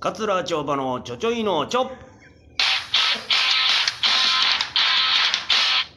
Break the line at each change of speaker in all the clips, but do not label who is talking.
桂町場のちょちょいのちょ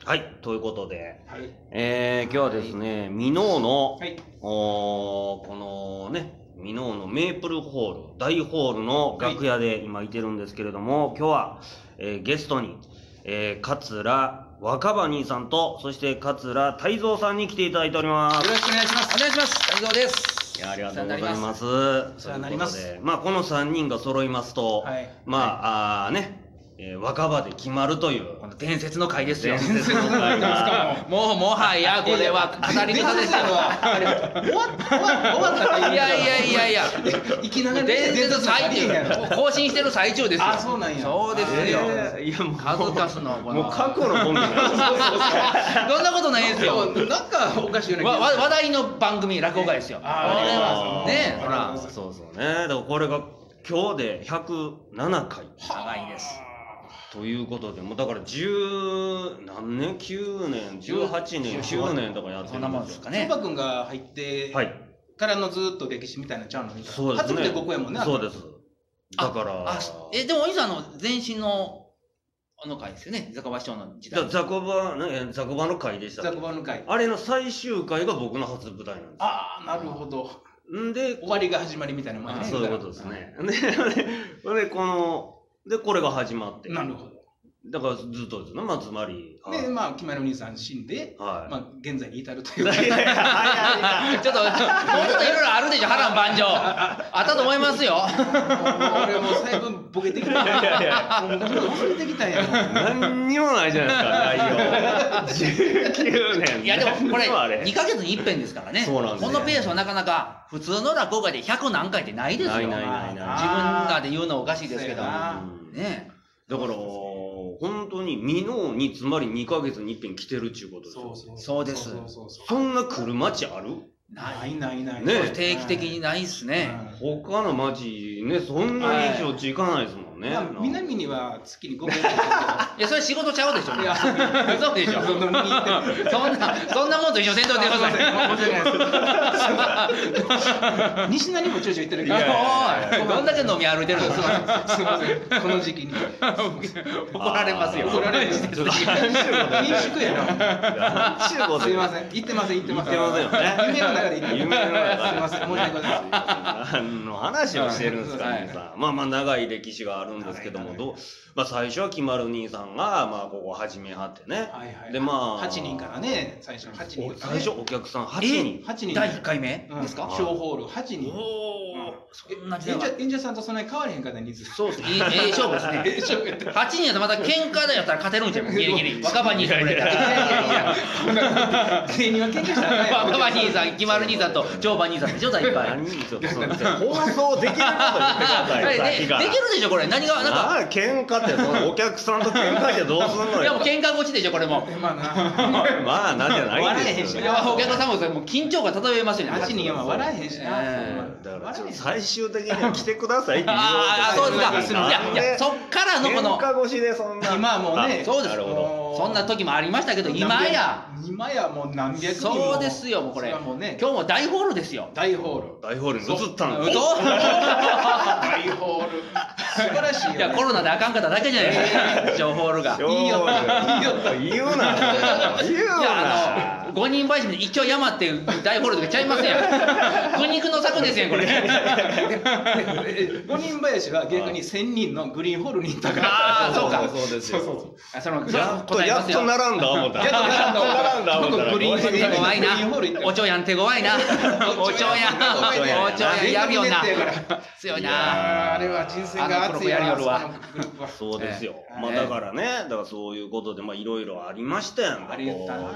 はい、ということで、
はい。
えー、今日はですね、箕面の、
はい。
おーこのね、箕面のメープルホール、大ホールの楽屋で今いてるんですけれども、今日は、えーゲストに、えー、桂若葉兄さんと、そして桂泰造さんに来ていただいておりま
よ
す。
ろしくお願いします。
お願いします。谷蔵です。
いやありがとうござい
お世話にな
ま
り
す。
お世話になります
ということでまあこの3人が揃いますと、
はい
まあ、あーね、えー若葉で決まるという
この伝説の回ですよ。
伝説の会が
もうもはやこれは語り
で
部派ですよ。
終わっ終わ終わったら
いやいやいやいや。
いきながら
伝説の最中、更新してる最中ですよ。
あそうなんや
そうですよ。
えーいやもう
数々のこの
もう過去の本気
どんなことないですよ。
なんかおかしいよね。
わわ話題の番組落語家ですよ。これ
ありがとう
は
ございます
ね、ほら
そうそうね。だからこれが今日で107回
長いんです。
ということで、もうだから10何年 ?9 年、18年、9年とかやって
そ
る
んなんもん
で
ですす
よ。
か
ね。
ね。
ばくんが入って
はい。
からのずっと歴史みたいなちゃうの。
そうです
初
ね。
めてここやもんね。
そうです。だから。
あ、えでもお兄さんの前身のあの回ですよね。坂場師匠の時代
だ。ザコバ、ね、ザコバの会でしたっ
ザ
け
コバの会。
あれの最終回が僕の初舞台なんで
ああなるほど。
す。んで、
終わりが始まりみたいなもんやね。
そういうことですね。で、で、この、で、これが始まって。
なるほ
だからずっとですね、まあ、つまり。
ど。
はい
でまあ木丸お兄さん死んで
はい。
まあ現在に至るとい
いう
か
や。いやいやはいはい
ちょっと、もうちょっといろいろあるでしょ、波乱万丈。あったと思いますよ。
俺もう最分ボケてきた。
いやいや
もう忘れてきたんやもん。
何にもないじゃないですか、内容。19年。
いや、でもこ
何に
れ、
あ
2ヶ月に一遍ですからね。
そうなんです
こ
ね
のペースはなかなか、普通の落語会で100何回ってないですよ。
ないないないない
自分らで言うのはおかしいですけど。
そうやな
うん
ね
だから、本当に、箕面に、つまり2ヶ月に一遍来てるっちゅうことです
そ
よ
う。そう
そうです
そうそうそう
そんな来る街ある
な。
ないいないない。
ね
定期的にないっすね。
他の町ね、そんなにしょっちゅう行かないですもん
うん。
ね。
まあ
なんか
南には月に5回
いや、それ仕事ちゃうでしょ。
いや
そうでしょ。
そんなもん言って
そんな、そんなもんと一緒にせんと ってください。
西成もちょいちょい行ってるけど。
いやいや
おい、どんだけ飲み歩いてるんです
い
すか。
ませんすいませんこの時期に。
怒られますよ。
怒られる
すよ。
民宿やな。
なんちゅうこと
すいません行ってません行ってません。
行ってませんよね
夢の中で行って
夢の中です
いません申し訳ございません。
何の話をしてるんですか、
はい
兄さん。 まあまあ長い歴史があるんですけども、
長い
どうまあ最初は決まる兄さんが、まあここ始めはってね。
はいはい。
でまあ
八人からね最初の八
お
人からね。
最初お客さん8人。
八人
第一回目
うん
ですか。
小ホール八人。
お
う
お
ん、
そんな時代
演
は
者演者さんとそんなに変わりへんかった人 数。
そうですね。いいええ勝負ですね。
え勝負やった。
8人やったらまた喧嘩でやったら勝てるんじゃん。ギリギリ。若葉兄さんぐら いやったら。いやいやいや
芸人は研究した
若
らあかんやろ
葉兄さん、決まる兄さんと長葉兄さんでしょ、大いっぱい。
何ちょっとその放送できること言ってくださいよ
で
さ
で
っき
き
から
るでしょ、これ。何が、なんか。
なあ喧嘩ってそのお客さんと喧嘩してどうすんの
いや
よ
もう喧嘩落ちでしょ、これも。
えまあな。
まあなんじゃないです
い
よ、
笑
ね、
えへんしな
や、お客さんもそれもう緊張が漂いますよね。
八人は笑えへんしな。そ
ええ
んな
だからちょっと
笑えへんし
最終的には来てくださいって言おう
ああ、そうです
として
か。いや、いや、そっからのこの、
喧嘩越しでそんな
今はもうね。
そうです
なるほど
もう
そんな時もありましたけど、今や。。
今やもう何百人も。
そうですよ、もうこれ。
そはもうね
今。日も大ホールです よ。
大ホール。
大ホールに移ったの
うど
大ホール。素晴らしいよね。
いや、コロナであかんかっただけじゃないです か、情報ホールが。
いいよ言うな言う
いやあ
な
の五人配信で一丁山っていう大ホールとかちゃいますやん苦肉の策ですやんこれ
五人林は逆に千人のグリーンホールに行ったから。
ああそうか
そうですよ
あそのそ
や
の
っと
答え
や
ま
っ
す
と
よ
並んだ思った
やっと並んだ思った
やっと並んだ思ったら
僕グリーン
手ごわい
グリ
な
ーンホール行った
おちょやん手ごわいなおちょやんおちょやんやるよな強い
いや
な
ーあれは人生が熱い
あの頃やるよ
あのグループは
そうですよ、
ええ
まあだからねだからそういうことでまあいろいろありましたやんか
ありったな
こう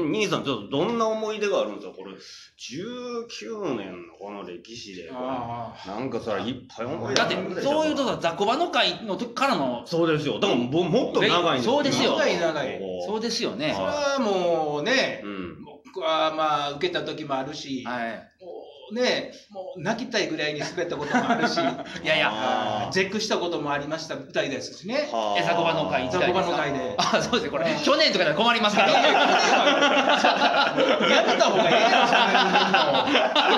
10兄さんちょっとどんな思い出があるんですかこれ19年のこの歴史で
あ
なんかそれいっぱい思い出
だっ
あ
て
るんでしょ
そういうとさ雑魚場の会の時からの
そうですよでもももっと長いんです
そうですよ
長い長い
ここ
そうですよ
あ
ね
それはもうね
うん
僕はまあ受けた時もあるし
はい
もねもう泣きたいぐらいに滑ったこともあるし
いやいや
あー
絶句したこともありましたみたいですしね
はあ
え作場の会
雑
行きたい
魚場
です
の
か
会で
あそうですねこれ去年とかで困りますから
やめた方がええやろそんなに俺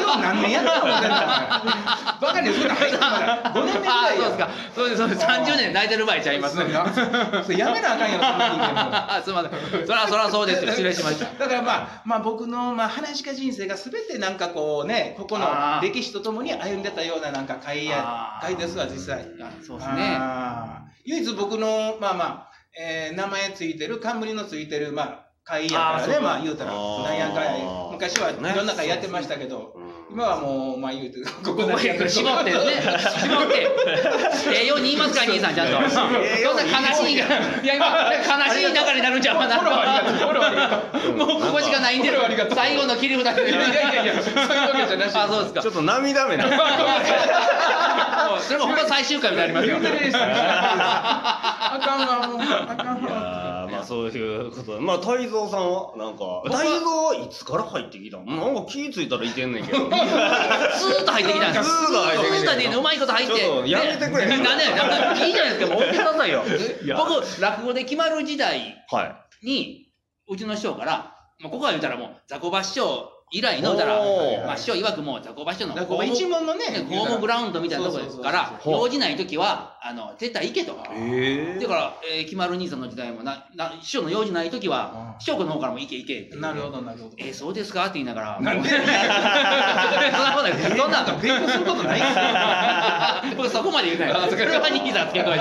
は何年やったのみたいなバカにそんな入ってたから5年目ぐ
あ
らい
そうですかそうですそうです30年で泣いてる場合ちゃいますね
かそれやめなあかんやろそんな人間も
あ すいませんそらそらそうですよ失礼しました
だからまあ、まあ、僕の、まあ、話し家人生が全てなんかこうね、ここの
あー
歴史とともに歩んでたようななんか会や、
あー
会ですわ、実際。
あそうですね
あー唯一僕の、まあまあ、えー名前ついてる、冠のついてる、まあ、会やか
あー
ら
そう
ね、
か
まあ言うたら、
あー
なんやかんや、昔はい
そうね
ろんな会やってましたけど、今はもう、まあ言うて、 ここ
絞
だ
っ
け
て
や
ね絞ってええように言いますから兄さんちゃんとそんな
ええように言いま
悲
す
しいいや今悲しい中になるんちゃうか
フォローありがとう、フォローありがとう。
うん
もうここしかないんで
これはありがとう
最後の切り札
いやい
で
やいや、そういうわけじゃなし。
あそうですか
ちょっと涙 目な。
もうそれもほんま最終回みたいになりますよ
あかんわ、もう。あかん
い
わ。
やーまあそういうことでまあ泰造さんはなんか
僕は
泰造はいつから入ってきたのなんか気ぃついたらいてんねんけ ど
スーッと入ってきたんです
スーッと入ってきて
スーッと入ってきてうまいこと入って
ちょっとやめてくれ
ねなんでなんでいいじゃないですかもう追ってくださいよ僕落語で決まる時代
は
にうちの師匠から、まあ、ここは言うたらもう雑魚場師匠以来のだから
おー
まあ、師匠曰くもう雑魚場師匠の
だからこう一門のね、
ねホームグラウンドみたいなとこですか
そう
ら
そうそうそう
用事ない時はあの絶対行けとだ
い
か
ええ
ら、えー、決まる兄さんの時代もなな師匠の用事ない時
あ
は師匠の方からも行け行けって
なるほど、なるほど。
えー、そうですかって言いながら
なんで
そんなことないです そんな
勉強することないっすよ。
僕そこまで言うないそれは兄さん付け加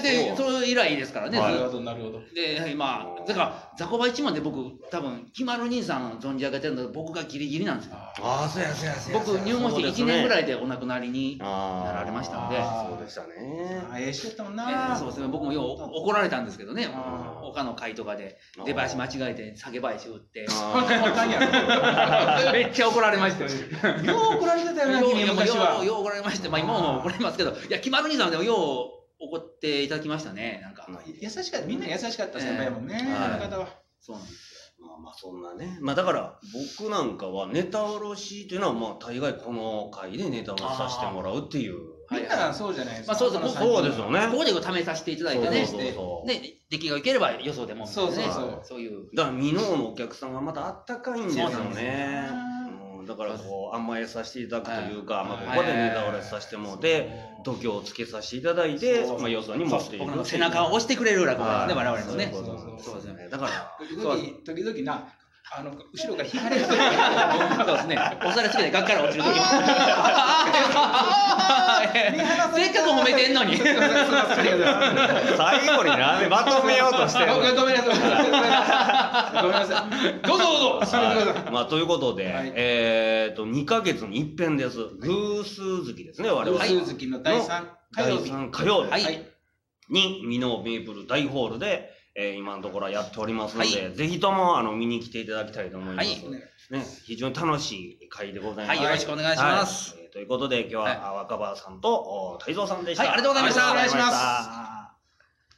て ででそれ以来ですからね、
は
ないる
ずっと
ほど、なるほど。
で、はい、まあ、だから、ザコバ一問で僕、多分、決まる兄さんを存じ上げてるので、僕がギリギリなんですよ。
ああそうやそうやそうや
僕、入門して1年ぐらいでお亡くなりに。
な
なられましたんで
そうでしたね
あええしったもん
え
な、
ーそうですね、僕もよう怒られたんですけどね、
ー
あ
他の会とかで、出囃子間違えて、下げ囃子打って、
あ
あかんや
めっちゃ怒られましたよ。
ろ。よう怒られてたよな、
よ
君
う
昔
よう
は。
よう怒られまして、まあ、今も怒られますけど、いや、決まる兄さんでもよう怒っていただきましたね、なんか。
ー
優しかった、みんな優しかった先輩やもんね、
ええ
あの方は。
そうなんです。
まあまあそんなねまあだから僕なんかはネタおろしっていうのはまあ大概この回でネタおろしさせてもらうっていう
は
み
い
んなそうじゃないですか。
まあそうそう
この三人
そうですよね
ここで試させていただいてね、
そうそうそう
で、出来が良ければ予想でも、
そうそう
そう
ねそういう。
だから箕面のお客さんがまたあったかいんですよ
そうなんです
ね
よ
うんだからこう甘えさせていただくというか、
はい
まあ、ここでネタおろしさせてもらって度胸をつけさせていただいて
そう
まあ、予想に持っていく
僕の背中を押してくれる落語ですね、
はい
我々のね
そう。そうそう
そうですよね。
だ から
時
そう
々、時々な、あの、後ろから引かれる時
そうですね。押されすぎて、がっから落ちる時も。 せっかく褒めてんのに。
そうそうそうそうありがとうございます
最後になんでまとめようとしてる
ごめん
の
ごめんなさい。ごめんなさい。どうぞどうぞ。進めてください。
まあ、ということで、
はい
えっと2か月に一遍です偶数月ですね我々は
偶数月の第三火曜
第
日。
3火曜日
はい
に箕面メイプル大ホールで、えー今のところやっておりますので、
は
ぜひともあの見に来ていただきたいと思います、
はい
ね、非常に楽しい会でございま
は
す、
い、よろしくお願いします。
はいえーということで今日は、
はい
あ若葉さんとお泰造さんでした、
はいありがとうございました
ありがとうござ
お願いします
た